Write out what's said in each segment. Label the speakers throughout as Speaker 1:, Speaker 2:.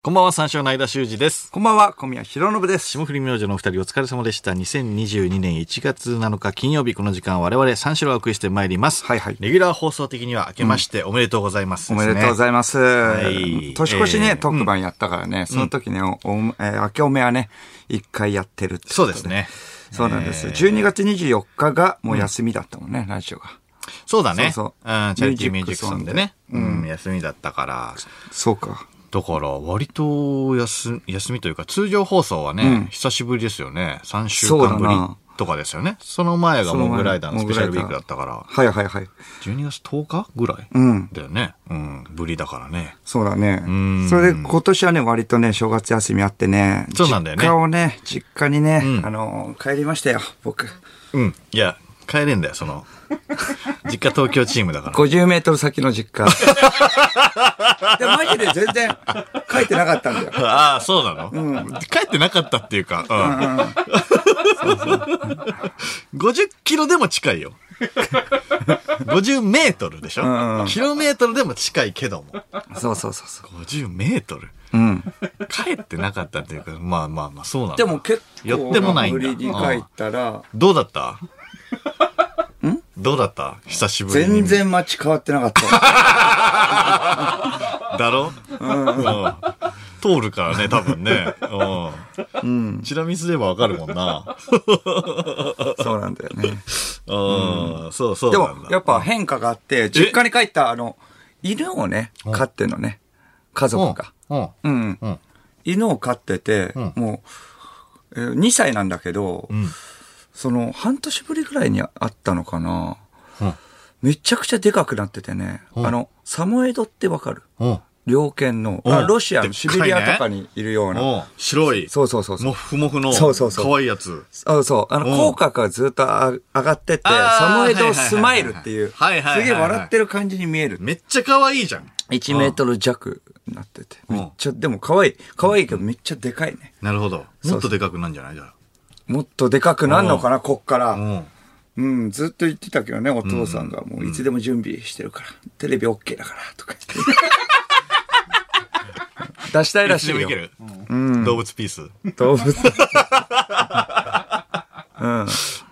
Speaker 1: こんばんは、三章の間修二です。
Speaker 2: こんばんは、小宮弘信です。
Speaker 1: 霜降り明星のお二人お疲れ様でした。2022年1月7日金曜日、この時間我々三章をお送りしてまいります。
Speaker 2: はいはい
Speaker 1: レギュラー放送的には明けましておめでとうございます、
Speaker 2: おめでとうござ
Speaker 1: い
Speaker 2: います。
Speaker 1: い
Speaker 2: 年越し
Speaker 1: え
Speaker 2: ね、
Speaker 1: ー
Speaker 2: 特番やったからね、その時ね、おおえー明けおめはね、一回やってるってこと
Speaker 1: そうです。ね。
Speaker 2: そうなんです。12月24日がもう休みだったもんね、ラジオが。
Speaker 1: そうだね。
Speaker 2: そうそう
Speaker 1: うん、チャリティーミュージックソンでね。
Speaker 2: ミュージックソン
Speaker 1: うん、休みだったから。
Speaker 2: そうか。
Speaker 1: だから、割と休、休みというか、通常放送はね、
Speaker 2: うん
Speaker 1: 久しぶりですよね。3週
Speaker 2: そうだ
Speaker 1: 間
Speaker 2: な
Speaker 1: ぶりとかですよね。その前が
Speaker 2: その前
Speaker 1: モグライダーのスペシャルウィー
Speaker 2: モ
Speaker 1: ク
Speaker 2: グ
Speaker 1: だ
Speaker 2: ライダー
Speaker 1: ったから、
Speaker 2: はいはいはい。
Speaker 1: 12月10日ぐらい、
Speaker 2: うん。
Speaker 1: だよね。うん、ぶりだからね。
Speaker 2: そうだね
Speaker 1: ん。
Speaker 2: それで今年はね、割とね、正月休みあってね、
Speaker 1: そうなんだよね
Speaker 2: 実家をね、実家にね、
Speaker 1: うん
Speaker 2: あのー、帰りましたよ、僕。
Speaker 1: うん。いや、帰れんだよ、その。 実家東京チームだから。
Speaker 2: 50メートル先の実家。 で、マジで全然書いてなかったんだよ。
Speaker 1: ああ、そうなの、帰ってなかったっていうか、 うん。50キロでも近いよ。50メートルでしょ、
Speaker 2: んうん
Speaker 1: キロメートルでも近いけども。
Speaker 2: そうそうそうそう。
Speaker 1: 50メートル
Speaker 2: うん。
Speaker 1: 帰ってなかったっていうか、まあまあまあ、そうなんだ。
Speaker 2: でも結構、
Speaker 1: やってもないん
Speaker 2: 無
Speaker 1: だ
Speaker 2: 理に書いたら、
Speaker 1: どうだったどうだった久しぶりに。
Speaker 2: 全然街変わってなかった。
Speaker 1: だろ、うん、通るからね、多分ね。うん。チラ見すればわかるもんな。
Speaker 2: そうなんだよね。
Speaker 1: うん。そうそう
Speaker 2: で
Speaker 1: な
Speaker 2: も
Speaker 1: んだ。、
Speaker 2: やっぱ変化があって、実家に帰った、あの、犬をね、飼ってんのね。家族が。
Speaker 1: うん。うん。
Speaker 2: うん。
Speaker 1: うん。
Speaker 2: 犬を飼ってて、
Speaker 1: うん
Speaker 2: もう、えー2歳なんだけど
Speaker 1: う、ん。
Speaker 2: その、半年ぶりぐらいに会ったのかな。
Speaker 1: うん
Speaker 2: めちゃくちゃでかくなっててね。
Speaker 1: うん
Speaker 2: あの、サモエドってわかる
Speaker 1: うん。
Speaker 2: 猟犬の、あ
Speaker 1: うん
Speaker 2: ロシア
Speaker 1: でっ
Speaker 2: の
Speaker 1: かい
Speaker 2: シ
Speaker 1: ね
Speaker 2: ベリアとかにいるような。
Speaker 1: うん白い、
Speaker 2: そうそうそうそう。
Speaker 1: もふもふの、
Speaker 2: そうそうそう
Speaker 1: 可愛いやつ。
Speaker 2: そうそう。あの、
Speaker 1: うん
Speaker 2: 口角がずっとあ上がってて、
Speaker 1: あー
Speaker 2: サモエドスマイルっていう、す
Speaker 1: はいはいはいはいはい
Speaker 2: げえ笑ってる感じに見える。
Speaker 1: めっちゃ可愛いじゃん。
Speaker 2: 1メートル弱になってて。
Speaker 1: うん
Speaker 2: めっちゃ、でも可愛い。可愛いけどめっちゃでかいね。
Speaker 1: なるほど。もっとでかくなんじゃないじゃ
Speaker 2: もっとでかくなんのかな、こっか
Speaker 1: あ。う
Speaker 2: ら。
Speaker 1: ん。
Speaker 2: うん、ずっと言ってたけどね、お父さんが。もういつでも準備してるから。テレビ OK だから、とか言 って。出したいら
Speaker 1: い
Speaker 2: し
Speaker 1: つ
Speaker 2: い
Speaker 1: でもい
Speaker 2: よ
Speaker 1: け。る。うん。動物ピース。
Speaker 2: 動物。うん。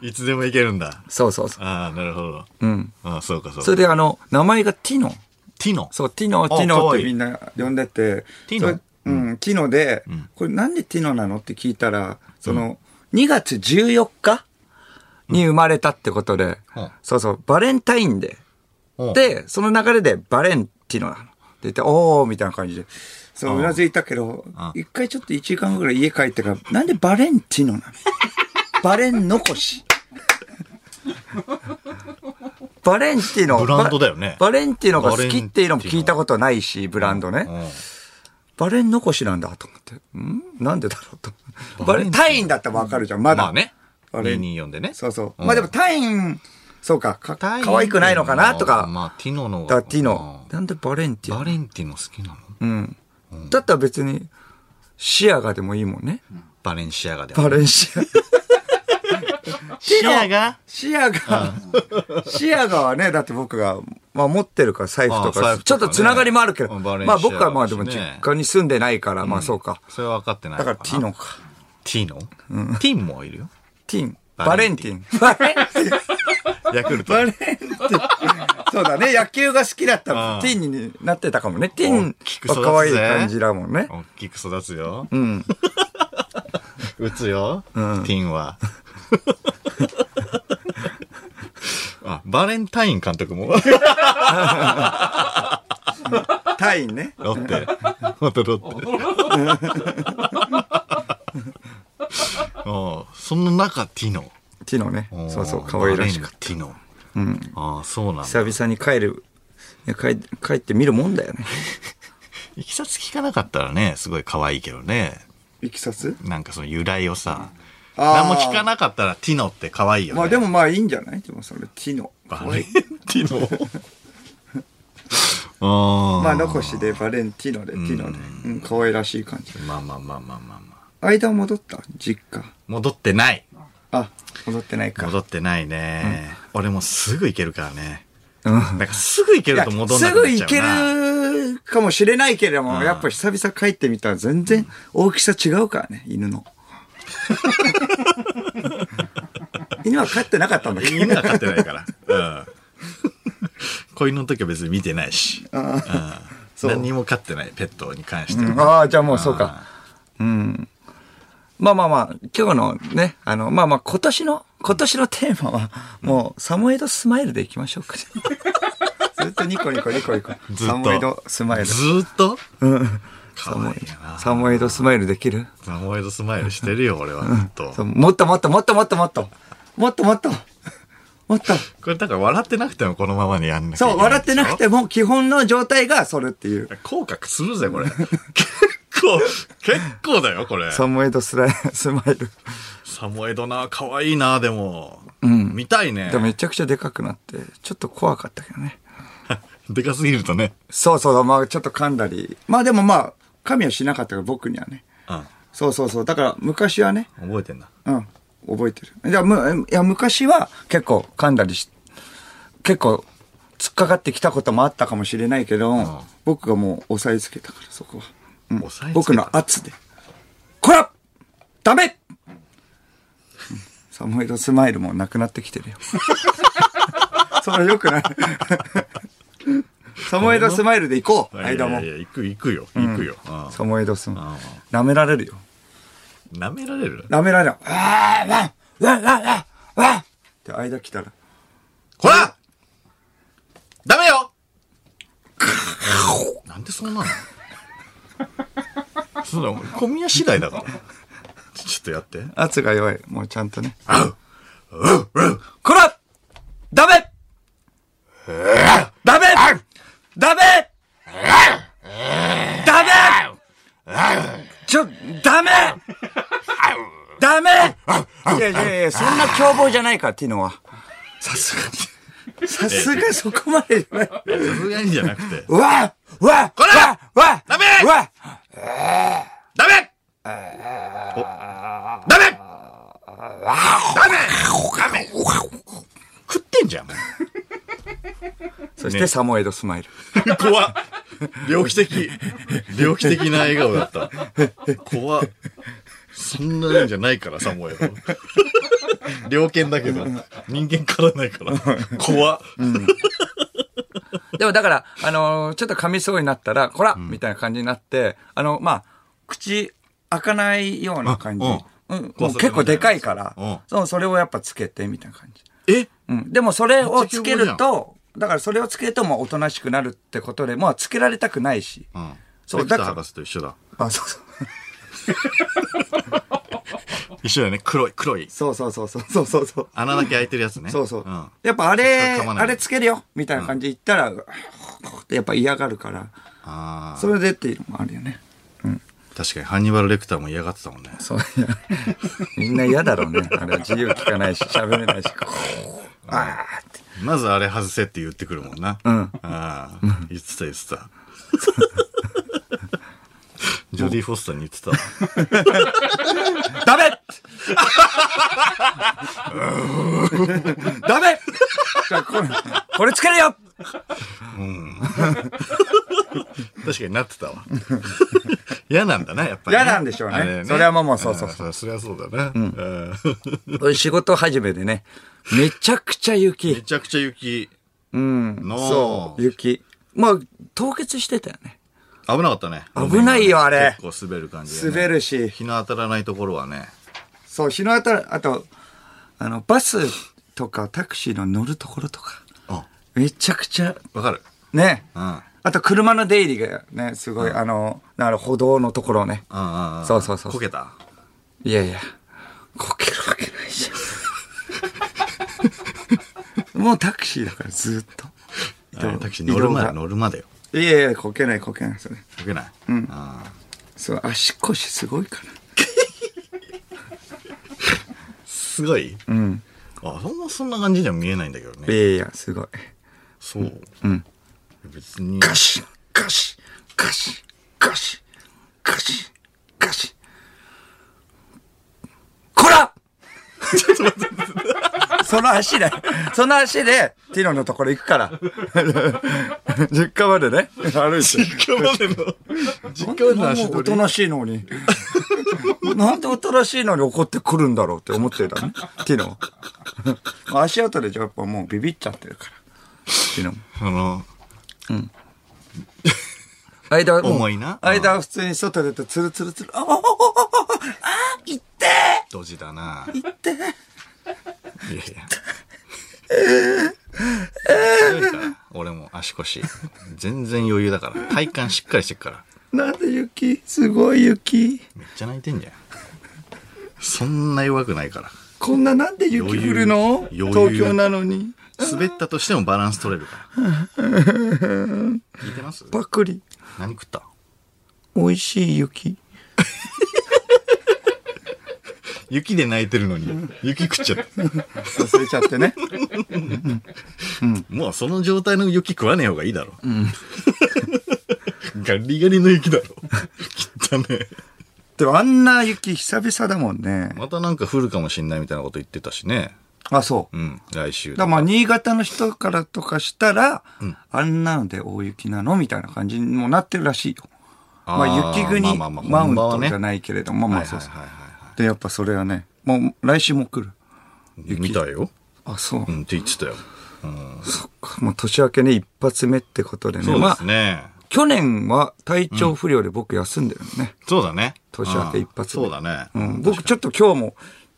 Speaker 1: いつでもいけるんだ。
Speaker 2: そうそうそう。
Speaker 1: ああ、なるほど。
Speaker 2: うん。
Speaker 1: ああ、そうかそう
Speaker 2: そ
Speaker 1: か。
Speaker 2: れであの、名前がティノ。
Speaker 1: ティノ。
Speaker 2: そう、ティノ、ティノ
Speaker 1: 可
Speaker 2: っ
Speaker 1: 愛い
Speaker 2: てみんな呼んでて。
Speaker 1: ティノ
Speaker 2: それうん、ティノで、これなんでティノなのって聞いたら、その、2月14日に生まれたってことで
Speaker 1: うん、
Speaker 2: そうそう、バレンタインデ
Speaker 1: うん
Speaker 2: ー。で、その流れでバレンティノなの。って言って、おーみたいな感じで。そう、うなずいたけど
Speaker 1: ん、
Speaker 2: 一回ちょっと1時間後ぐらい家帰ってから、なんでバレンティノなのバレン残し。バレンティノ。
Speaker 1: ブランドだよね
Speaker 2: バレンティノが好きっていうのも聞いたことないし、ブランドね。
Speaker 1: うん。
Speaker 2: バレン残しなんだと思って。んなんでだろうと。バレン、タインだったらわかるじゃん、まだ。
Speaker 1: まあね。
Speaker 2: あれ
Speaker 1: 224でね。
Speaker 2: そうそう。
Speaker 1: うん
Speaker 2: まあでもタイン、そうか、か、
Speaker 1: タイ
Speaker 2: 可愛くないのかなとか。
Speaker 1: まあ、ティノの。
Speaker 2: だからティノ。なんでバレンティ
Speaker 1: バ
Speaker 2: ノ
Speaker 1: レンティノ好きなの
Speaker 2: うん。だったら別に、シアガでもいいもんね。
Speaker 1: バレンシアガで。
Speaker 2: バレンシア。
Speaker 1: シアガ
Speaker 2: シアガ、シアガはね、だって僕が、まあ持ってるから財布とか、
Speaker 1: あ財布
Speaker 2: ちょ
Speaker 1: と
Speaker 2: っ
Speaker 1: かね
Speaker 2: とつながりもあるけど、
Speaker 1: うんバレンシ
Speaker 2: ま
Speaker 1: ア
Speaker 2: あ
Speaker 1: ガだしね
Speaker 2: 僕はまあでも実家に住んでないから、まあそうか。
Speaker 1: それは分かってない
Speaker 2: だ
Speaker 1: の
Speaker 2: か
Speaker 1: な。
Speaker 2: らティノか。
Speaker 1: ティノティンもいるよ。
Speaker 2: ティン。
Speaker 1: バ
Speaker 2: バ
Speaker 1: レ
Speaker 2: レ
Speaker 1: ン
Speaker 2: ン
Speaker 1: テ
Speaker 2: ティン。バレンティン。
Speaker 1: ヤクルト。
Speaker 2: バレンティン。 そうだね、野球が好きだった
Speaker 1: うん
Speaker 2: ら、ティンになってたかもね。ティ
Speaker 1: 大
Speaker 2: ン
Speaker 1: きく育
Speaker 2: は
Speaker 1: つぜ
Speaker 2: 可愛い感じだもんね。
Speaker 1: 大きく育つよ。
Speaker 2: うん。
Speaker 1: 打つよ。ティンは。あ、バレンタイン監督も。
Speaker 2: タインね。
Speaker 1: ロッテ。元ロッ テ。ああその中、ティノ。
Speaker 2: ティノね。そうそう、可愛らしかった。
Speaker 1: た。ティノ。ああ、そうなんだ。
Speaker 2: 久々に帰る、ね帰帰ってみるもんだよね。
Speaker 1: いきさつ聞かなかったらね、すごい可愛いけどね。
Speaker 2: いきさつ
Speaker 1: なんかその由来をさ。
Speaker 2: あー
Speaker 1: 何も聞かなかったらティノって可愛いよね。
Speaker 2: まあでもまあいいんじゃないでもそれ、ティノ。
Speaker 1: バ レンティノ。あー
Speaker 2: まあ、残しでバレンティノで、ティノで。うん、可愛らしい感じ。
Speaker 1: まあまあまあまあまあまあ。
Speaker 2: 間戻った実家。
Speaker 1: 戻ってない。
Speaker 2: あ、戻ってないか。
Speaker 1: 戻ってないね。俺もうすぐ行けるからね。
Speaker 2: うん
Speaker 1: なんかすぐ行け
Speaker 2: い
Speaker 1: る
Speaker 2: や
Speaker 1: と戻んな
Speaker 2: す
Speaker 1: く
Speaker 2: ぐ
Speaker 1: なっち
Speaker 2: 行
Speaker 1: ゃうな。
Speaker 2: けるるかもしれないけれども、やっぱ久々帰ってみたら全然大きさ違うからね、犬の。犬は飼ってなかったんだけど。
Speaker 1: 犬は飼ってないから。うん。子犬の時は別に見てないし。うん何にも飼ってない、ペットに関しては。
Speaker 2: ああ、じゃあもうそうか。うん。まあまあまあ、今日のね、あの、まあまあ今年の、今年のテーマは、もうサムエドスマイルでいきましょうか、ずっとニコニコニコニコ。
Speaker 1: ずっと
Speaker 2: サムエドスマイル。
Speaker 1: ずーっと
Speaker 2: サ
Speaker 1: かわい
Speaker 2: ム
Speaker 1: いな。
Speaker 2: サムエドスマイルできる
Speaker 1: サモエドスマイルしてるよ、俺はずっ
Speaker 2: そ
Speaker 1: と。
Speaker 2: うもっともっともっともっともっと。もっともっと。もっと。
Speaker 1: これだから笑ってなくてもこのままにやんなきゃい
Speaker 2: そ
Speaker 1: け
Speaker 2: う、
Speaker 1: ない
Speaker 2: 笑
Speaker 1: でしょ。
Speaker 2: ってなくても基本の状態がそれっていう。
Speaker 1: 口角するぜ、これ。結構、結構だよ、これ。
Speaker 2: サムエドスライスマイル。
Speaker 1: サモエドな、可愛いな、でも。
Speaker 2: ん
Speaker 1: 見たいね
Speaker 2: で。もめちゃくちゃでかくなって、ちょっと怖かったけどね。
Speaker 1: でかすぎるとね。
Speaker 2: そうそう、まあちょっと噛んだり。まあでもまあ、噛みはしなかったから僕にはね。
Speaker 1: うん。
Speaker 2: そうそうそう。だから昔はね、
Speaker 1: 覚えてんな。
Speaker 2: うん、覚えてる。じゃあ、む、いや、昔は結構噛んだりし、結構突っかかってきたこともあったかもしれないけど、僕がもう押さえつけたから、そこは。うん
Speaker 1: 押さえつけた
Speaker 2: 僕の圧で。こらダメうんサムエドスマイルもなくなってき てるよ。それ良くない。サムエドスマイルで行こう、間
Speaker 1: いや。
Speaker 2: も
Speaker 1: いやいや、行く、行くよ、行くよ。うん
Speaker 2: サムエドスマ
Speaker 1: あ
Speaker 2: イル。舐められるよ。
Speaker 1: 舐められる
Speaker 2: 舐められない。あーわんわんわんわんわんって間来たら。
Speaker 1: ほらダメよ なんでそうなのそうだ、小宮次第だから。ちょっとやって。
Speaker 2: 圧が弱い。もうちゃんとね。こらダメダメダメダメちょ、ダメダメいやいやいや、そんな凶暴じゃないから、ティノは。さすがに。さすがにそこまでじゃない。
Speaker 1: さすがにじゃなくて。
Speaker 2: うわうわこ
Speaker 1: ら
Speaker 2: わわ
Speaker 1: ダメ
Speaker 2: うわ
Speaker 1: ダメおダメダメダメ食ってんじゃん、も
Speaker 2: そし
Speaker 1: ね
Speaker 2: て、サモエドスマイル。
Speaker 1: う 怖っ猟奇的。猟奇的な笑顔だった。怖っそんなんじゃないから、サモエル。 猟犬だけど、人間からないから。怖っ
Speaker 2: でもだから、あのーちょっと噛みそうになったら、こら、みたいな感じになって、あの、まあ、口開かないような感じ。
Speaker 1: あ
Speaker 2: うん、もう
Speaker 1: 怖そう
Speaker 2: 結構でかいから、
Speaker 1: うん
Speaker 2: そう、それをやっぱつけて、みたいな感じ。
Speaker 1: え
Speaker 2: うん。でもそれをつけ
Speaker 1: めっちゃ凶
Speaker 2: ると、だからそれをつけるともうおとなしくなるってことで、まあつけられたくないし。
Speaker 1: うん。
Speaker 2: そう
Speaker 1: レクター
Speaker 2: だから
Speaker 1: 博士と一緒だ。
Speaker 2: あ、そうそう。
Speaker 1: 一緒だよね。黒い、黒い。
Speaker 2: そうそうそうそうそうそう。
Speaker 1: 穴だけ開いてるやつね。
Speaker 2: そうそう。
Speaker 1: ん。
Speaker 2: やっぱあれ、
Speaker 1: 噛まない
Speaker 2: あれつけるよみたいな感じで言ったら、ってやっぱ嫌がるから、
Speaker 1: あ
Speaker 2: それでっていうのもあるよね。
Speaker 1: あ。確かに、ハンニバル・レクターも嫌がってたもんね。
Speaker 2: そう いや、みんな嫌だろうね。あれは自由聞かないし、喋れないし。ああって。
Speaker 1: まずあれ外せって言ってくるもんな。うんああ。言ってた言ってた。ジョディ・フォスターに言ってたわ。
Speaker 2: ダメダメじゃあこれ、これつけるよ
Speaker 1: 確かになってたわ。 嫌なんだな、やっぱり、
Speaker 2: 嫌なんでしょうね
Speaker 1: あ
Speaker 2: それはもうそうそう
Speaker 1: うんそりゃそうだな。うん
Speaker 2: 俺仕事始めでね、めちゃくちゃ
Speaker 1: め
Speaker 2: 雪。
Speaker 1: ちゃくちゃ雪
Speaker 2: うん。
Speaker 1: の、
Speaker 2: そう、雪。まあ、凍結してたよね。
Speaker 1: 危なかったね。
Speaker 2: 危ないよあれ
Speaker 1: 結構滑る感じ、ね。
Speaker 2: 滑。るし、
Speaker 1: 日の当たらないところはね。
Speaker 2: そう、日の当たる、あと、あの、バスとかタクシーの乗るところとか、
Speaker 1: あ、
Speaker 2: めちゃくちゃ、
Speaker 1: わかる。
Speaker 2: ね。
Speaker 1: うん。うんうん
Speaker 2: あと車の出入りがね、すごい、あの、なる歩道のところね。
Speaker 1: うんん
Speaker 2: そうそうそう
Speaker 1: こけた。
Speaker 2: いやいや、こけるわけない じゃん。もうタクシーだからずっと。
Speaker 1: あタクシー乗るまで、
Speaker 2: 移動
Speaker 1: 乗るまでよ。
Speaker 2: がいやいや、こけないこけない。それ
Speaker 1: こけない。うん。ああ
Speaker 2: そう、足腰すごいから。
Speaker 1: すごい
Speaker 2: うん。
Speaker 1: あ、そんな、そんな感じには見えないんだけど
Speaker 2: い
Speaker 1: ね。
Speaker 2: やいや、すごい。
Speaker 1: そう。
Speaker 2: うん。
Speaker 1: 別に。
Speaker 2: ガシッガシッガシッガシッガシッガシッこら その足で、その足で、ティノのところ行くから。実家までね。歩いて。
Speaker 1: 実家までの、実家までの足
Speaker 2: お
Speaker 1: 取
Speaker 2: と
Speaker 1: り。
Speaker 2: なしいのに。なんでおとなしいのに怒ってくるんだろうって思ってたね。昨日。足跡でやっぱもうビビっちゃってるから。昨日。
Speaker 1: あの、
Speaker 2: 間はもう
Speaker 1: 重いな
Speaker 2: 間は普通に外出てツルツルツル。あああああああ痛って
Speaker 1: ドジだな。
Speaker 2: 痛って
Speaker 1: いやいや。強いから俺も足腰。全然余裕だから。体幹しっかりしてっから。
Speaker 2: なんで雪すごい雪。
Speaker 1: めっちゃ泣いてんじゃん。そんな弱くないから。
Speaker 2: こんななんで雪降るの
Speaker 1: 余裕
Speaker 2: 東京なのに。
Speaker 1: 滑ったとしてもバランス取れるから。聞いてます
Speaker 2: パクリ。
Speaker 1: 何食った
Speaker 2: 美味しい雪。
Speaker 1: 雪で泣いてるのに、雪食っちゃった。
Speaker 2: 忘れちゃってね。
Speaker 1: もうその状態の雪食わねえ方がいいだろ。ガリガリの雪だろ。汚ねえ。
Speaker 2: でもあんな雪久々だもんね。
Speaker 1: またなんか降るかもしんないみたいなこと言ってたしね。
Speaker 2: あ、そう。
Speaker 1: うん、来週。
Speaker 2: だからまあ、新潟の人からとかしたら、
Speaker 1: ん
Speaker 2: あんなので大雪なのみたいな感じにもなってるらしいよ。まあ、雪国マウントじゃ
Speaker 1: い。
Speaker 2: ないけれども、ま
Speaker 1: は
Speaker 2: あ、
Speaker 1: い
Speaker 2: そ
Speaker 1: は
Speaker 2: う
Speaker 1: い
Speaker 2: そう。
Speaker 1: はい
Speaker 2: で、やっぱそれはね、もう来週も来る。
Speaker 1: はい。見たよ。
Speaker 2: あ、そ
Speaker 1: う
Speaker 2: う。
Speaker 1: ん、って言ってたよ。うん
Speaker 2: そっか。もう年明けね、一発目ってことでね。
Speaker 1: そう
Speaker 2: ま
Speaker 1: で
Speaker 2: あ
Speaker 1: す、ね。
Speaker 2: 去年は体調不良で僕休んでるのね。
Speaker 1: そうだね。
Speaker 2: 年明け一発
Speaker 1: うん
Speaker 2: 目
Speaker 1: そうだね。
Speaker 2: うん。僕ちょっと今日も、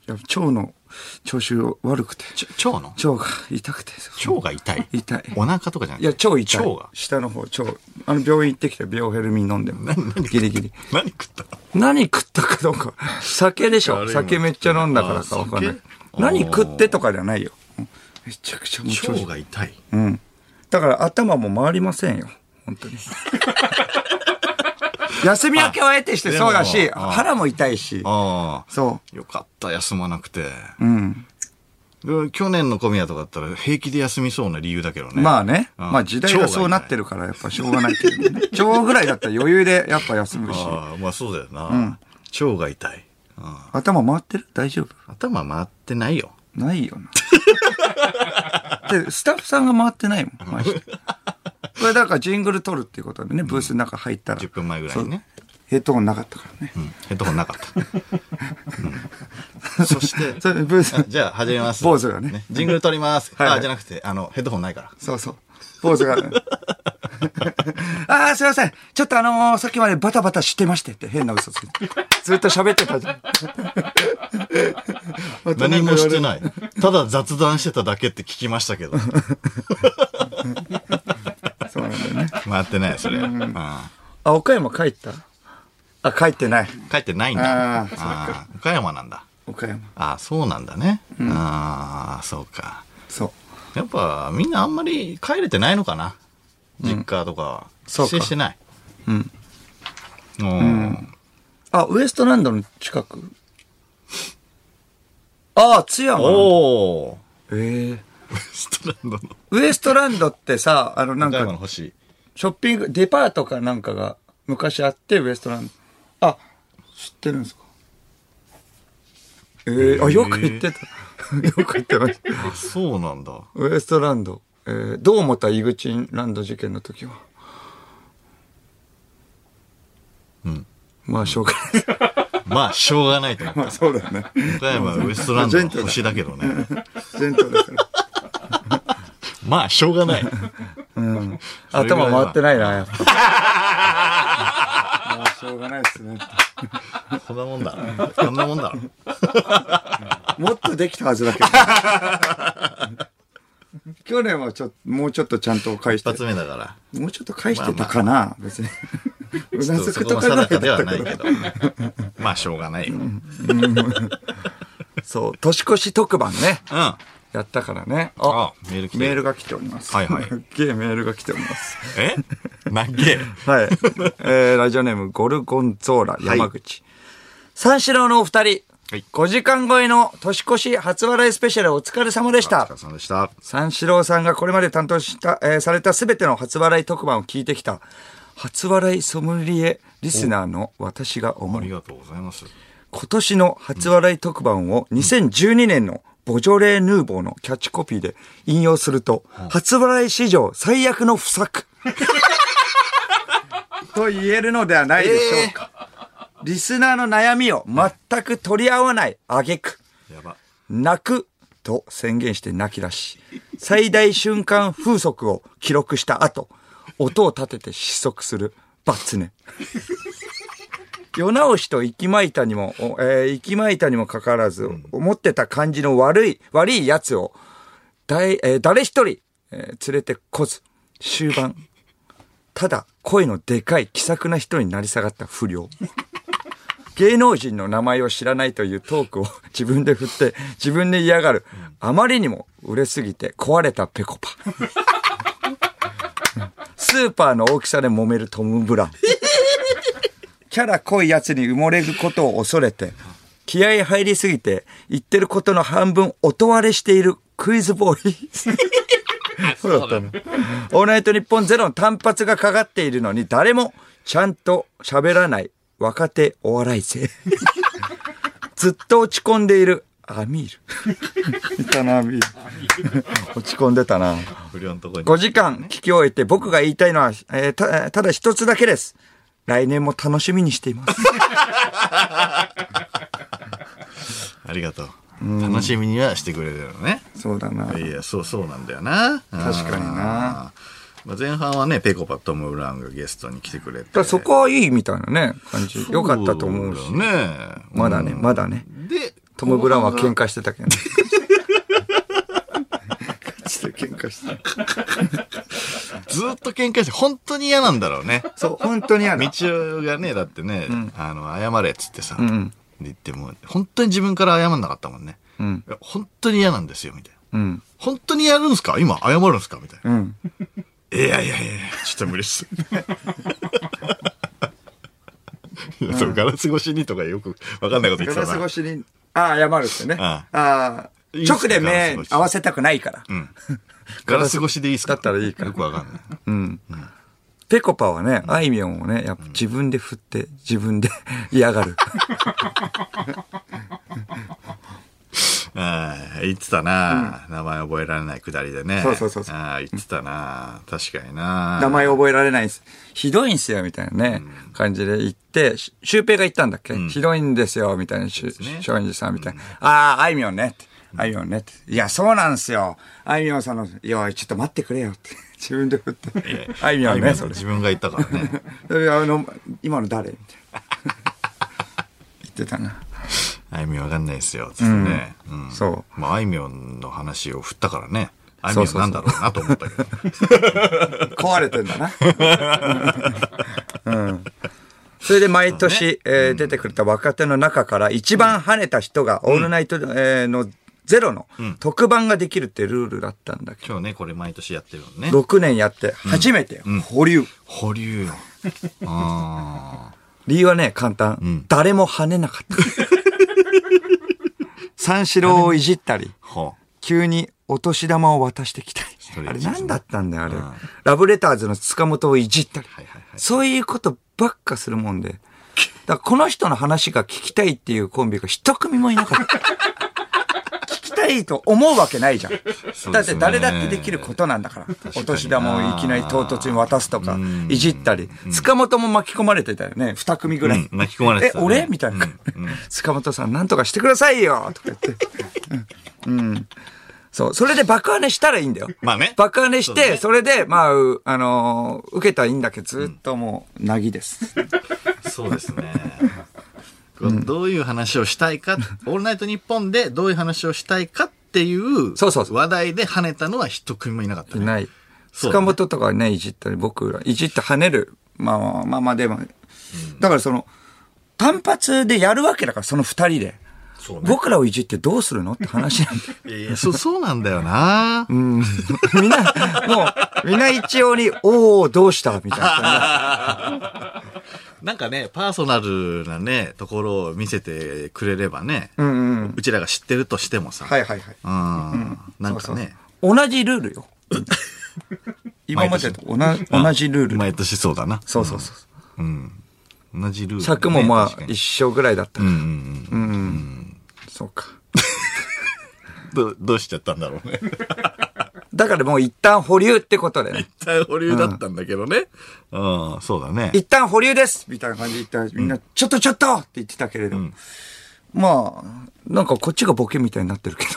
Speaker 2: いや腸の調子悪くて、
Speaker 1: ちょ腸の
Speaker 2: 腸が痛くて。
Speaker 1: 腸が痛い。
Speaker 2: 痛い。
Speaker 1: お腹とかじゃない
Speaker 2: いや、超痛い。
Speaker 1: 腸が。
Speaker 2: 下の方、超あの、病院行ってきたビオヘルミン飲んでも。ギリギリ。
Speaker 1: 何食った
Speaker 2: 何食ったかどうか。酒でし
Speaker 1: あれ
Speaker 2: ょ。酒めっちゃ飲んだからか
Speaker 1: あ
Speaker 2: わかんない
Speaker 1: 酒。
Speaker 2: 何食ってとかじゃないよ。うんめちゃくちゃもう調
Speaker 1: 腸
Speaker 2: 子。
Speaker 1: が痛い。
Speaker 2: うん。だから頭も回りませんよ。本当に。休み明けを得てしてそうだし、
Speaker 1: でもあ
Speaker 2: 腹も痛いし。
Speaker 1: ああ。
Speaker 2: そ
Speaker 1: よかった、休まなくて。
Speaker 2: う。うん。
Speaker 1: で去年の小宮とかだったら平気で休みそうな理由だけどね。
Speaker 2: まあね。
Speaker 1: うん
Speaker 2: まあ時代がそうなってるから、やっぱしょうがないけど ね。腸ぐらいだったら余裕でやっぱ休むし。
Speaker 1: ああ、まあそうだよな。腸が痛い。うん
Speaker 2: 頭回ってる大丈夫
Speaker 1: 頭回ってないよ。
Speaker 2: ないよ な。で、スタッフさんが回ってないもん、マジでこれだからジングル撮るっていうことでね、ブースの中入ったら。
Speaker 1: 10分前ぐらいにね。
Speaker 2: ヘッドホンなかったからね。
Speaker 1: うんヘッドホンなかった。うんそして、
Speaker 2: それでブース
Speaker 1: あ、 じゃあ始めます。
Speaker 2: 坊主がね
Speaker 1: ジングル取ります。
Speaker 2: はいは
Speaker 1: あ、
Speaker 2: い
Speaker 1: じゃなくて、あの、ヘッドホンないから。
Speaker 2: そうそう。ポーズが。ああ、すいません。ちょっとあのーさっきまでバタバタしてましてって変な嘘ついて。ずっと喋ってたじゃん。
Speaker 1: 何もしてない。ただ雑談してただけって聞きましたけ ど。
Speaker 2: そうなんだよね。
Speaker 1: 回ってない、それ。うん
Speaker 2: あ、岡山帰ったあ、帰ってない。
Speaker 1: 帰ってないんだ。
Speaker 2: あー
Speaker 1: あー岡山なんだ。
Speaker 2: 岡山。
Speaker 1: ああ、そうなんだね。ああ、そうか。
Speaker 2: そう。
Speaker 1: やっぱ、みんなあんまり帰れてないのかな。実家とかは。
Speaker 2: そうか
Speaker 1: 帰省してない。
Speaker 2: うん。
Speaker 1: うん。
Speaker 2: あ、ウエストランドの近くああ、津山なんだ。
Speaker 1: おー。
Speaker 2: ええ
Speaker 1: ストランドの。
Speaker 2: ウエストランドってさ、あのなん
Speaker 1: 岡山の
Speaker 2: か、
Speaker 1: 星。
Speaker 2: ショッピング、デパートかなんかが昔あって、ウエストランド。あ、知ってるんですかええあ、よく言ってた。 よく言ってました。
Speaker 1: あ、そうなんだ。
Speaker 2: ウエストランド。えー、どう思ったイグチンランド事件の時は。
Speaker 1: うん。
Speaker 2: まあ、しょうがない。
Speaker 1: まあ、しょうがないと思った。
Speaker 2: そうだね。
Speaker 1: 岡山ウエストランドの星だけどね。
Speaker 2: 全頭だから。
Speaker 1: まあ、しょうがない。
Speaker 2: うん。頭回ってないな、やっぱ。もうしょうがないですね。
Speaker 1: こんなもんだ。こんなもんだ。
Speaker 2: もっとできたはずだけど。 去年はちょっと、もうちょっとちゃんと返し
Speaker 1: 一
Speaker 2: て、
Speaker 1: 発目だから。
Speaker 2: もうちょっと返してたかな、別に。う
Speaker 1: ちょ
Speaker 2: な
Speaker 1: っと
Speaker 2: ず
Speaker 1: そ
Speaker 2: く
Speaker 1: ことの
Speaker 2: かぐら
Speaker 1: 定かで
Speaker 2: いだっ
Speaker 1: は
Speaker 2: た
Speaker 1: な
Speaker 2: け
Speaker 1: い
Speaker 2: ど。
Speaker 1: けど。まあ、しょうがないよ。うん。
Speaker 2: そう、年越し特番ね。
Speaker 1: あ、
Speaker 2: やったからね。
Speaker 1: あ、
Speaker 2: あ
Speaker 1: メール来てる
Speaker 2: メールが来ております。
Speaker 1: はいはい
Speaker 2: すっげえメールが来ております。
Speaker 1: えなげ
Speaker 2: はい。えー、ラジオネーム、ゴルゴンゾーラ、山口。三四郎のお二人。
Speaker 1: はい
Speaker 2: 5時間超えの年越し初笑いスペシャルお疲れ様でし
Speaker 1: お疲
Speaker 2: た
Speaker 1: れ。様でした。
Speaker 2: 三四郎さんがこれまで担当した、えーされた全ての初笑い特番を聞いてきた、初笑いソムリエリスナーの私が思
Speaker 1: あり
Speaker 2: い、
Speaker 1: がとうございます。
Speaker 2: 今年の初笑い特番を2012年のボジョレーヌーボーのキャッチコピーで引用すると、初笑い史上最悪の不作と言えるのではないでしょうか。リスナーの悩みを全く取り合わない挙句、
Speaker 1: やば。
Speaker 2: 泣くと宣言して泣き出し、最大瞬間風速を記録した後、音を立てて失速するバツネ。世直しと息巻いたにも、おえー息巻いたにもかかわらず、思ってた感じの悪い、悪い奴を、だいえー誰一人、えー連れてこず、終盤、ただ声のでかい気さくな人になり下がった不良。芸能人の名前を知らないというトークを 自分で振って、自分で嫌がる。あまりにも売れすぎて壊れたペコパ。 スーパーの大きさで揉めるトム・ブラウン。キャラ濃いやつに埋もれることを恐れて、気合入りすぎて、言ってることの半分音割れしているクイズボーイ。
Speaker 1: そうだったの。
Speaker 2: オールナイトニッポンゼロの単発がかかっているのに誰もちゃんと喋らない若手お笑い 生。ずっと落ち込んでいるアミール。いたな、アミール。 落ち込んでたな。
Speaker 1: 不良のとこに。
Speaker 2: 5時間聞き終えて僕が言いたいのは、えーたただ一つだけです。来年も楽しみにしています。
Speaker 1: ありがとう。楽しみにはしてくれてるのね。
Speaker 2: そうだな。
Speaker 1: いや、そうそうなんだよな。
Speaker 2: 確かにな
Speaker 1: うん。まあ、前半はね、ペコパ、トム・ブラウンがゲストに来てくれ
Speaker 2: だ
Speaker 1: て。
Speaker 2: そこはいいみたいなね、感じ。よかったと思うし。
Speaker 1: そだよね。
Speaker 2: まだね、まだね。
Speaker 1: で、
Speaker 2: トム・ブラウンは喧嘩してたけどね。喧嘩してた。
Speaker 1: ずっと喧嘩して、本当に嫌なんだろうね。
Speaker 2: そう、本当にある
Speaker 1: 道。夫がね、だってね、あの、謝れっつってさ、言っても、本当に自分から謝んなかったもんね。
Speaker 2: ん
Speaker 1: いや本当に嫌なんですよ、みたいな。
Speaker 2: うん。
Speaker 1: 本当にやるんすか今、謝るんすかみたいな。
Speaker 2: うん。
Speaker 1: いやいやいや、ちょっと無理っす。いやそうガラス越しにとかよくわかんないこと言
Speaker 2: ガ
Speaker 1: って
Speaker 2: ラ
Speaker 1: た
Speaker 2: ス
Speaker 1: な
Speaker 2: 越。しに、ああ、謝るってね。
Speaker 1: あ
Speaker 2: ああ
Speaker 1: いいっすね
Speaker 2: 直で
Speaker 1: ガラス
Speaker 2: 目
Speaker 1: 越し
Speaker 2: 合わせたくないから。
Speaker 1: うん。ガラス越しでいいっすか
Speaker 2: だったらいいから
Speaker 1: よくわかんない。
Speaker 2: ペコパはね、あいみょんをね、やっぱ自分で振って、自分で 嫌がる。
Speaker 1: ああ、言ってたな、名前覚えられないくだりでね。
Speaker 2: そうそうそうそう
Speaker 1: ああ、言ってたな確かにな
Speaker 2: 名前覚えられないんです。ひどいんすよ、みたいなね、感じで言って、しシュウペイが言ったんだっけ、ひどいんですよ、みたいな、しゅ
Speaker 1: そうですね
Speaker 2: 松陰寺さんみたいな。ああ、あいみょんねって。あいみょんねって。いや、そうなんすよ。あいみょんさんの、いや、ちょっと待ってくれよ って。自分で振って。あいみょんね、それ。
Speaker 1: 自分が言ったからね。
Speaker 2: それあの、今の 誰みたいな。言ってたな。
Speaker 1: あいみょんわかんないですよ、つってね。うん。
Speaker 2: そう
Speaker 1: まあ、あいみょんの話を振ったからね。あい
Speaker 2: そ
Speaker 1: みょ
Speaker 2: うんそうそう
Speaker 1: なんだろうなと思ったけど。
Speaker 2: 壊れてんだな。うんそれで毎年、えー出てくれた若手の中から一番跳ねた人が、オールナイト、えーのゼロの特番ができるってルールだったんだけ
Speaker 1: 今日ね、これ毎年やってるのね
Speaker 2: ど、。6年やって初めて保留。
Speaker 1: 保留よ。あ
Speaker 2: 理由はね、簡単。誰も跳ねなかった。 三四郎をいじったり、
Speaker 1: あ。ほ
Speaker 2: 急にお年玉を渡してきた
Speaker 1: そ
Speaker 2: り。
Speaker 1: れ
Speaker 2: あれ何だったんだよ、あれ。ラブレターズの塚本をいじったり。
Speaker 1: はいはいはい
Speaker 2: そういうことばっかするもんで。だからこの人の話が聞きたいっていうコンビが一組もいなか った。聞きたいと思うわけないじゃん。
Speaker 1: ね
Speaker 2: だって誰だってできることなんだから。お年玉をいきなり唐突に渡すとか、いじったり。塚本も巻き込まれてたよね。二組ぐらい。
Speaker 1: うん巻き込まれてたね
Speaker 2: え、俺みたいな。塚本さん、なんとかしてくださいよとか言って。そう。それで爆跳ねしたらいいんだよ。
Speaker 1: まあね
Speaker 2: 爆跳ねし
Speaker 1: そうだ
Speaker 2: て、
Speaker 1: ね
Speaker 2: それで、まあ、うあのー受けたらいいんだけど、ずっともう、なぎです。
Speaker 1: う。そうですね。どういう話をしたいか、オールナイトニッポンでどういう話をしたいかっていう
Speaker 2: そうそうそう
Speaker 1: 話題で跳ねたのは一組もいなかった
Speaker 2: い
Speaker 1: ね。
Speaker 2: ない。
Speaker 1: そうだ
Speaker 2: 塚
Speaker 1: ね
Speaker 2: 本とかね、いじったり、僕ら、いじって跳ねる。まあまあまあまあ、でも、だからその、単発でやるわけだから、その二人で。
Speaker 1: そうね。
Speaker 2: 僕らをいじってどうするのって話なんだよ
Speaker 1: いやいやそうそうなんだよな、
Speaker 2: みんな、もう、みんな一様に、おおどうしたみたいな。
Speaker 1: なんかね、パーソナルなね、ところを見せてくれればね、うちらが知ってるとしてもさ、
Speaker 2: はいはいはい。
Speaker 1: うん、なん
Speaker 2: そ
Speaker 1: か
Speaker 2: う
Speaker 1: ね、
Speaker 2: 同じルー ルよ。今までと同じ同じルールで。
Speaker 1: 毎年そうだな。
Speaker 2: そうそうそう。
Speaker 1: 同じルール、ね。
Speaker 2: 尺もま
Speaker 1: 確
Speaker 2: あ
Speaker 1: かに
Speaker 2: 一緒ぐらいだった
Speaker 1: う
Speaker 2: か
Speaker 1: ん
Speaker 2: ら
Speaker 1: うんうん
Speaker 2: そうか。
Speaker 1: どうどうしちゃったんだろうね。
Speaker 2: だからもう一旦保留ってことでね。
Speaker 1: 一旦保留だったんだけどね。うん、そうだね。
Speaker 2: 一旦保留ですみたいな感じで言ったら、みんな、ちょっとちょっとって言ってたけれど、まあ、なんかこっちがボケみたいになってる けど。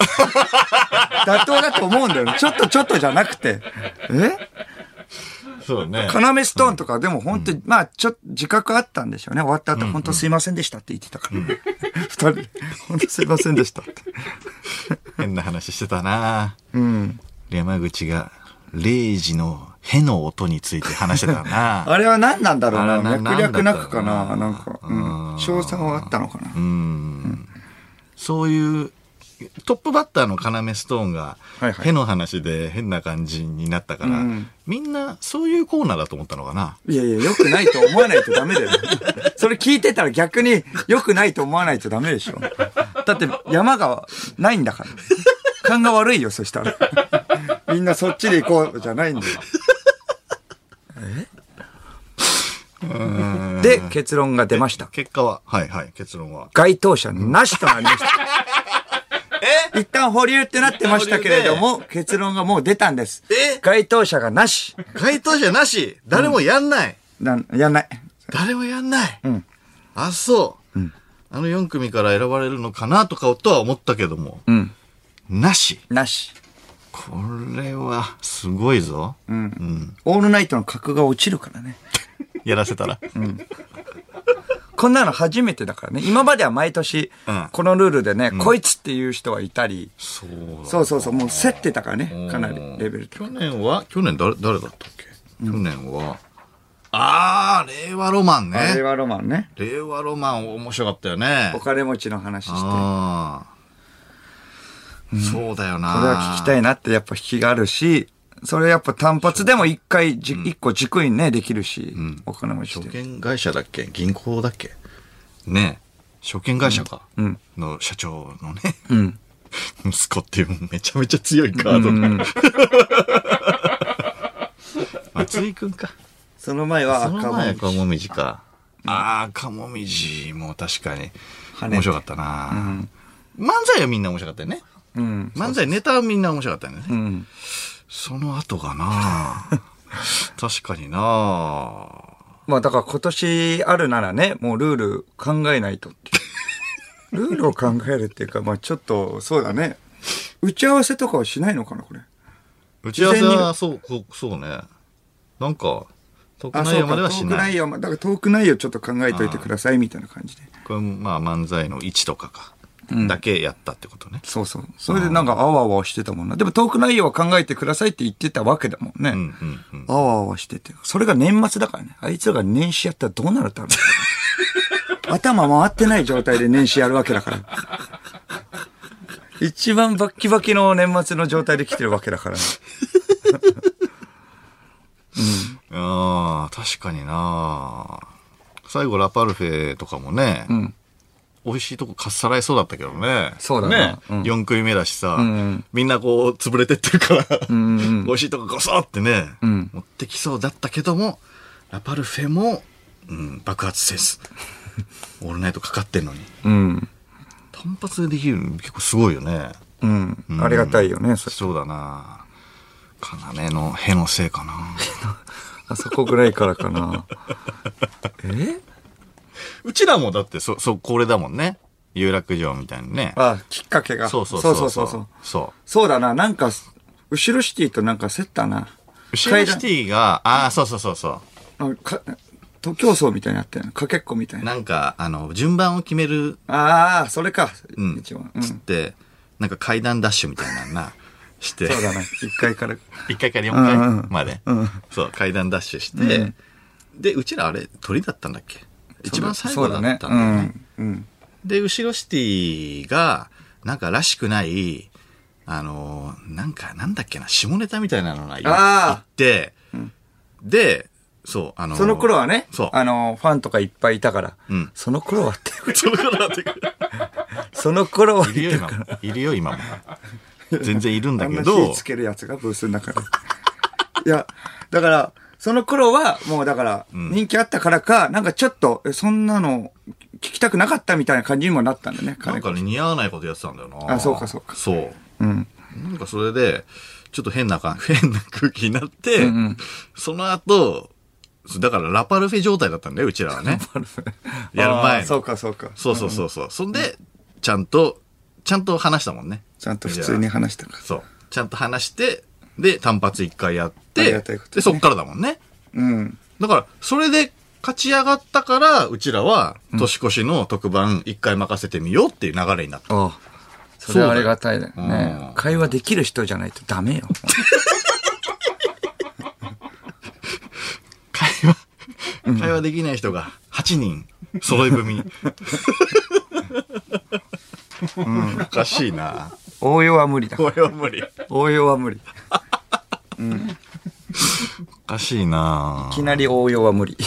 Speaker 2: 妥当だと思うんだよね。ちょっとちょっとじゃなくて。え
Speaker 1: そうね。
Speaker 2: 要ストーンとか、でも本当に、まあ、ちょっと自覚あったんでしょうね。終わった後、本当すいませんでしたって言ってたから。二人で、本当すいませんでしたって。
Speaker 1: 変な話してたなうん。山口が、0時のへの音について話 してたな
Speaker 2: あれは何なんだろう
Speaker 1: あ
Speaker 2: な。
Speaker 1: れな
Speaker 2: 脈略なくか
Speaker 1: な
Speaker 2: な。
Speaker 1: んだ
Speaker 2: な
Speaker 1: ろうん
Speaker 2: か、うん。賞賛はあったのかな。
Speaker 1: そういう、トップバッターの要ストーンが
Speaker 2: はい、はい
Speaker 1: への話で変な感じになったから、みんなそういうコーナーだと思ったのかない
Speaker 2: やいや、良くないと思わないとダメだよ。 それ聞いてたら逆に良くないと思わないとダメでしょ。だって山がないんだから。勘が悪いよ、そしたら。みんなそっちで行こうじゃないんだよ。えで、結論が出ました。
Speaker 1: 結果は、はいはい、結論は。
Speaker 2: 該当者なしとなりました。一旦保留ってなってましたけれども、結論がもう出たんです。
Speaker 1: え
Speaker 2: 該当者がなし。
Speaker 1: 回答者なし誰もやんない、
Speaker 2: なんやんない。
Speaker 1: 誰もやんない、あ、そう、あの4組から選ばれるのかなとかとは思ったけども。
Speaker 2: ん
Speaker 1: なし。
Speaker 2: なし。
Speaker 1: これは、すごいぞ。
Speaker 2: オールナイトの格が落ちるからね。
Speaker 1: やらせ たら。
Speaker 2: こんなの初めてだからね。今までは毎年
Speaker 1: うん、
Speaker 2: このルールでね、こいつっていう人はいたり、
Speaker 1: そう
Speaker 2: そうそうそう、もう競ってたからね。かなりレベルと
Speaker 1: 去。年は、去年誰、誰だったっけ、去年は、あー、令和ロマン
Speaker 2: あれ
Speaker 1: ね。
Speaker 2: はロマンね。
Speaker 1: 令和ロマン面白かったよね
Speaker 2: お。金持ちの話して。こ
Speaker 1: あー、そうだよな。
Speaker 2: れは聞きたいなってやっぱ引きがあるし、それやっぱ単発でも一回じ、一個軸にね、できるし、お金持ち
Speaker 1: 証
Speaker 2: で。
Speaker 1: 券会社だっけ銀行だっけねえ証券会社か、の社長のね、 息子っていうめちゃめちゃ強いカード、 松井くんか
Speaker 2: その前は
Speaker 1: その前
Speaker 2: 赤
Speaker 1: か
Speaker 2: も
Speaker 1: もみじかああかもみじも確かに
Speaker 2: 跳ねて
Speaker 1: 面白かったな、漫才はみんな面白かったよね
Speaker 2: うん。
Speaker 1: 漫才ネタはみんな面白かったよね、
Speaker 2: うん。
Speaker 1: その後が な確かにな
Speaker 2: まあだから今年あるならね、もうルール考えないとって いう。ルールを考えるっていうか、まあちょっと、そうだね。打ち合わせとかはしないのかな、これ。
Speaker 1: 打ち合わせは、そう、こそうね。なんか、特内容まではし
Speaker 2: トーク
Speaker 1: な
Speaker 2: 内
Speaker 1: い。
Speaker 2: 容、まあだからトーク内容ちょっと考えといてください、みたいな感じで。
Speaker 1: これも、まあ、漫才の位置とかか。だけやったってことね。
Speaker 2: そうそう。それでなんかあわあわしてたもんな。でもトーク内容は考えてくださいって言ってたわけだもんね。
Speaker 1: うん、うん、うん。
Speaker 2: あわあわしてて。それが年末だからね。あいつらが年始やったらどうなるだろう。頭回ってない状態で年始やるわけだから。一番バッキバキの年末の状態で来てるわけだから、
Speaker 1: ああ、確かにな最後、ラパルフェとかもね、美味しいとこかっさらいそうだったけどね。
Speaker 2: そうだな
Speaker 1: ね。
Speaker 2: う
Speaker 1: 4食い目だしさ、
Speaker 2: ん
Speaker 1: みんなこう、潰れてってるから、
Speaker 2: んう
Speaker 1: 美味しいとこごそってね、
Speaker 2: ん
Speaker 1: 持ってきそうだったけども、ラパルフェも、うん、爆発せ ず。オールナイトかかってんのに。
Speaker 2: うん。
Speaker 1: 単発でできるの結構すごいよね。
Speaker 2: うん。ありがたいよね。そ
Speaker 1: そうだな要のへのせいかな
Speaker 2: あそこぐらいからかな。え
Speaker 1: うちらもだって、そ、そ、これだもんね。有楽城みたいにね。
Speaker 2: あ、きっかけが。
Speaker 1: そうそうそう。
Speaker 2: そうそうそう。
Speaker 1: そう。
Speaker 2: そうだな。なんか、後ろシティとなんか競ったな。
Speaker 1: 後ろシティが、ああ、そうそうそうそ。
Speaker 2: あか徒競走みたいになってるかけっこみたいうな。
Speaker 1: なんか、あの、順番を決める
Speaker 2: ああ、それか。
Speaker 1: うん
Speaker 2: 一番。う
Speaker 1: っつっ
Speaker 2: ん。
Speaker 1: て、なんか階段ダッシュみたいなの な、して、
Speaker 2: そうだな。一回から。
Speaker 1: 1回から
Speaker 2: うん
Speaker 1: 4
Speaker 2: うん
Speaker 1: 回まで、
Speaker 2: うん
Speaker 1: そう、階段ダッシュして、
Speaker 2: うん
Speaker 1: で、うちらあれ、鳥だったんだっけ 一番最後だったんだよね。
Speaker 2: そうだね。うん。うん
Speaker 1: で、後ろシティが、なんからしくない、あのー、なんか、なんだっけな、下ネタみたいなのが言
Speaker 2: あ
Speaker 1: って、で、そう、あのー、
Speaker 2: その頃はね、
Speaker 1: そう。
Speaker 2: あの、ファンとかいっぱいいたから、
Speaker 1: うん
Speaker 2: その頃はっていう、
Speaker 1: その頃はって
Speaker 2: その頃はい
Speaker 1: るよ、今も。 いるよ、今も。全然いるんだけ
Speaker 2: あんな
Speaker 1: ど
Speaker 2: 火、つけるやつがブースの中で。いや、だから、その頃は、もうだから、人気あったからか、なんかちょっと、えそんなの、聞きたくなかったみたいな感じにもなったんだね、
Speaker 1: なん
Speaker 2: 彼が。
Speaker 1: かね、似合わないことやってたんだよな。
Speaker 2: あそうかそうか
Speaker 1: そう。
Speaker 2: うん。
Speaker 1: なんかそれで、ちょっと変なか、 変な空気になって、その後、だからラパルフェ状態だったんだよ、うちらはね。やる前
Speaker 2: あー
Speaker 1: の。
Speaker 2: そうか、そうか。
Speaker 1: そうそうそうそう。そんで、ちゃんと、ちゃんと話したもんね。
Speaker 2: ちゃんと普通に話したか
Speaker 1: そう。ちゃんと話して、で、単発一回やっ
Speaker 2: あり
Speaker 1: て、
Speaker 2: がたいことね
Speaker 1: で、そっからだもんね。
Speaker 2: ら。うん。
Speaker 1: だから、それで勝ち上がったから、うちらは、年越しの特番一回任せてみようっていう流れになった。
Speaker 2: あそれはありがたいね
Speaker 1: うだよう
Speaker 2: ね
Speaker 1: ん。
Speaker 2: 会話できる人じゃないとダメよ。
Speaker 1: 会話、会話できない人が8人揃い踏 み。おかしいな。
Speaker 2: 応用は無理だ。
Speaker 1: これは無理。
Speaker 2: 応用は無理。い
Speaker 1: おかしいな。
Speaker 2: きなり応用は 無理。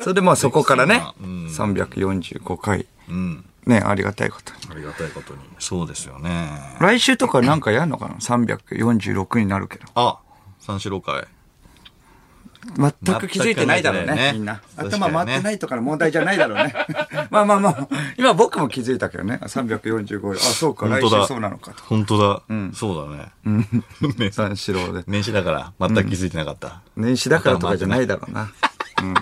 Speaker 2: それでまあそこからね、345回。
Speaker 1: うん。
Speaker 2: ね、ありがたいことに。
Speaker 1: ありがたいことに。そうですよね。
Speaker 2: 来週とかなんかやんのかな ?346 になるけど。
Speaker 1: あ、三四郎会。
Speaker 2: 全く気づいてないだろうね、
Speaker 1: 全くね
Speaker 2: みんな。
Speaker 1: 確かにね
Speaker 2: 頭回ってないとかの問題じゃないだろ うね。まあまあまあ、今僕も気づいたけどね。345あ、そうか、来
Speaker 1: 本当だ
Speaker 2: 週そうなのかと。
Speaker 1: 本当だ。そうだね。 ね
Speaker 2: 三四郎で。
Speaker 1: 年始だから、全く気づいてなかった。
Speaker 2: 年始だからとかじゃないだろうな。うん。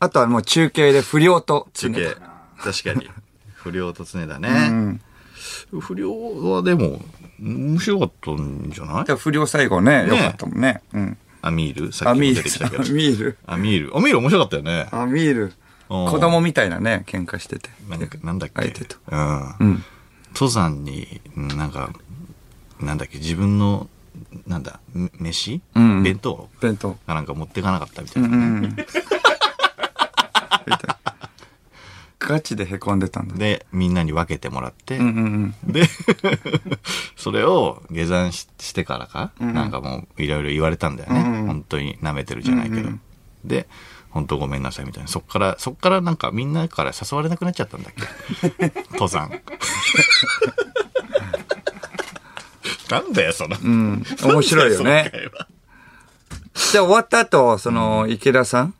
Speaker 2: あとはもう中継で不良と。
Speaker 1: 中継。確かに。 不良と常だね。不良はでも、面白かったんじゃない
Speaker 2: で不良最後ね、
Speaker 1: ね
Speaker 2: よかったもんね。うん。
Speaker 1: アミールさ
Speaker 2: ア
Speaker 1: っきも
Speaker 2: ミ
Speaker 1: 出
Speaker 2: ー
Speaker 1: てきたけ
Speaker 2: ル。
Speaker 1: ど
Speaker 2: ア。ミール。
Speaker 1: アミール。アミール面白かったよね。
Speaker 2: アミール。
Speaker 1: うん
Speaker 2: 子供みたいなね、喧嘩してて。
Speaker 1: なんかなんだっけ。
Speaker 2: 相手と
Speaker 1: うん。登山に、なんか、なんだっけ、自分の、なんだ、め飯
Speaker 2: んうん
Speaker 1: 弁当
Speaker 2: 弁当。
Speaker 1: がなんか持ってかなかったみたいな。
Speaker 2: うん。ガチで凹んでたんだ。
Speaker 1: で、みんなに分けてもらって、
Speaker 2: うんうん
Speaker 1: で、 それを下山ししてからか、なんかもういろいろ言われたんだよね。本当に舐めてるじゃないけど。で、本当ごめんなさいみたいな。そっから、そっからなんかみんなから誘われなくなっちゃったんだっけ 登山。なんだよ、その。
Speaker 2: うん。うん。面白いよね。で、終わった後、その、池田さん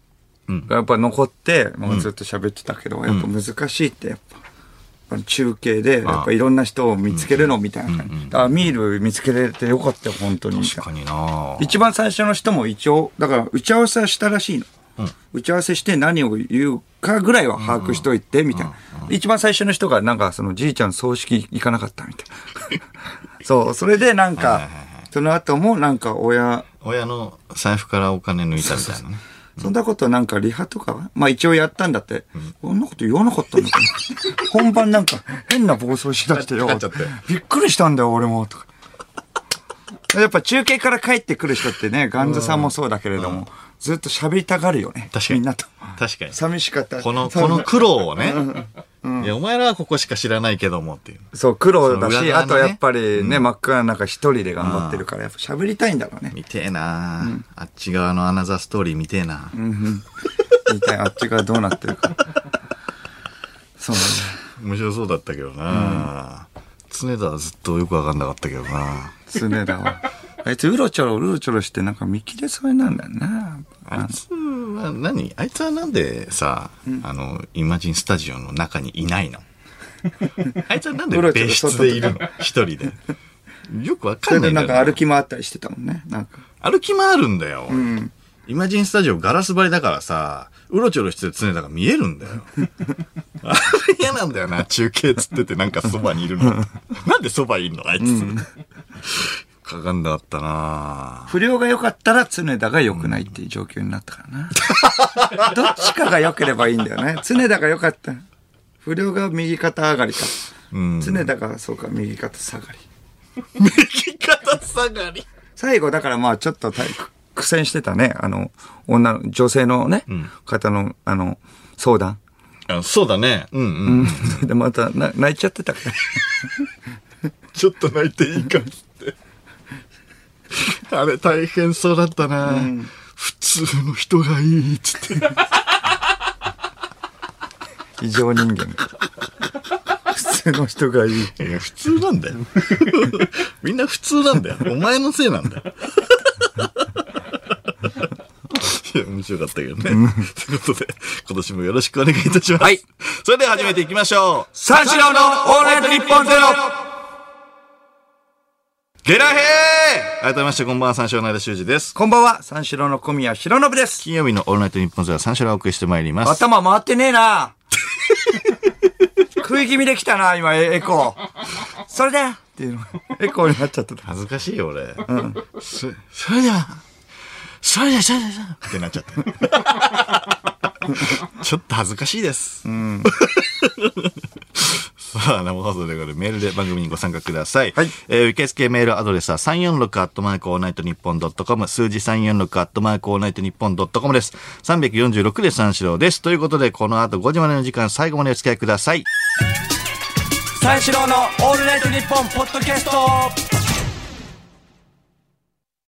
Speaker 1: うん
Speaker 2: がやっぱ残って、もうずっと喋ってたけど、やっぱ難しいって、やっぱ。あの中継で、やっぱいろんな人を見つけるのみたいな感じ。あ、ミール見つけれてよかったよ、本当に。みたいな
Speaker 1: 確かにな
Speaker 2: 一番最初の人も一応、だから打ち合わせはしたらしいの。打ち合わせして何を言うかぐらいは把握しといて、みたいな。一番最初の人がなんかそのじいちゃん葬式行かなかったみたいな。 そう、それでなん
Speaker 1: はいは
Speaker 2: か
Speaker 1: いはい、
Speaker 2: その後もなんか親、
Speaker 1: 親の財布からお金抜いたみたいなね。
Speaker 2: そんなことなんかリハとかはまあ一応やったんだって。そんなこと言わなかったのかな。 本番なんか変な暴走しだしてよ
Speaker 1: かかっちゃって。
Speaker 2: びっくりしたんだよ、俺も。とか。やっぱ中継から帰ってくる人ってね、ガンズさんもそうだけれども、ずっと喋りたがるよね。
Speaker 1: 確かに
Speaker 2: みんなと。
Speaker 1: 確 かに。
Speaker 2: 寂しかった。
Speaker 1: この、
Speaker 2: そ
Speaker 1: こ
Speaker 2: う
Speaker 1: の苦労をね。いや、お前らはここしか知らないけどもっていう。
Speaker 2: そう、苦労だ
Speaker 1: その
Speaker 2: し、
Speaker 1: 裏側
Speaker 2: あ
Speaker 1: の
Speaker 2: と
Speaker 1: ね
Speaker 2: やっぱりね、真っ暗な中一人で頑張ってるから、やっぱ喋りたいんだろうね。
Speaker 1: 見てえなあ、あっち側のアナザーストーリー見てえな、
Speaker 2: 言いたい、あっちがどうなってる か。そうなんだよ。
Speaker 1: 面白そうだったけどな、常田はずっとよくわかんなかったけどな
Speaker 2: 常田は。 あいつうろちょろうろちょろしてなんか見切れそうになるんだよな。
Speaker 1: あいつは何あいつはなんでさ、あのイマジンスタジオの中にいない のあいつはなんで
Speaker 2: うろちょろ
Speaker 1: 別室でいるの一人でよくわ
Speaker 2: そ
Speaker 1: か
Speaker 2: れ
Speaker 1: んな
Speaker 2: で
Speaker 1: いんだ
Speaker 2: なん
Speaker 1: よ
Speaker 2: か
Speaker 1: な
Speaker 2: 歩き回ったりしてたもんね。なんか。
Speaker 1: 歩き回るんだよ、イマジンスタジオガラス張りだからさうろちょろしてる常田が見えるん だよあれ嫌なんだよな中継つっててなんかそばにいる のなんでそばいんのあいつ、かかんなかったな
Speaker 2: 不良が良かったら常田が良くないっていう状況になったから な。どっちかが良ければいいんだよね。常田が良かった。不良が右肩上がりか。
Speaker 1: うん
Speaker 2: 常田がそうか、右肩下がり。
Speaker 1: 右肩下がり
Speaker 2: 最後だからまあちょっと大苦戦してたね。あの、女の、女性のね、方の、あの、相談。
Speaker 1: あそうだねうんうん、
Speaker 2: それ でまたな泣いちゃってたから。
Speaker 1: ちょっと泣いていいか ってあれ大変そうだったな、普通の人がいいっつって
Speaker 2: 異常人 間。普通の人がいい。
Speaker 1: いや、普通なんだよ。みんな普通なんだよ。お前のせいなんだよ。いや、面白かったけどね。ということで、今年もよろしくお願いいたします。
Speaker 2: はい。
Speaker 1: それでは始めていきましょう。
Speaker 2: 三四郎のオールナイトニッポンゼロ
Speaker 1: ゲラヘー改めまして、こんばんは、三四郎の間修二です。
Speaker 2: こんばんは、三四郎の小宮弘信です。
Speaker 1: 金曜日のオールナイトニッポンズは三四郎をお送りしてまいります。
Speaker 2: 頭回ってねえな 食い気味できたな、今、エエコー。それでっていうのが、エコーになっちゃってた。
Speaker 1: 恥ずかしいよ、俺。うん。そ、それでは、それでは、それでは、それではってなっちゃ った。ちょっと恥ずかしいです。うん。 さあ、生放送でこれメールで番組にご参加ください。
Speaker 2: はい
Speaker 1: えー受付メールアドレスは346アットマークオールナイトニッポンドットコム、数字346アットマークオールナイトニッポンドットコムです。346で三四郎です。ということで、この後5時までの時間、最後までお付き合いください。
Speaker 2: 三四郎のオールナイトニッポンポッドキャスト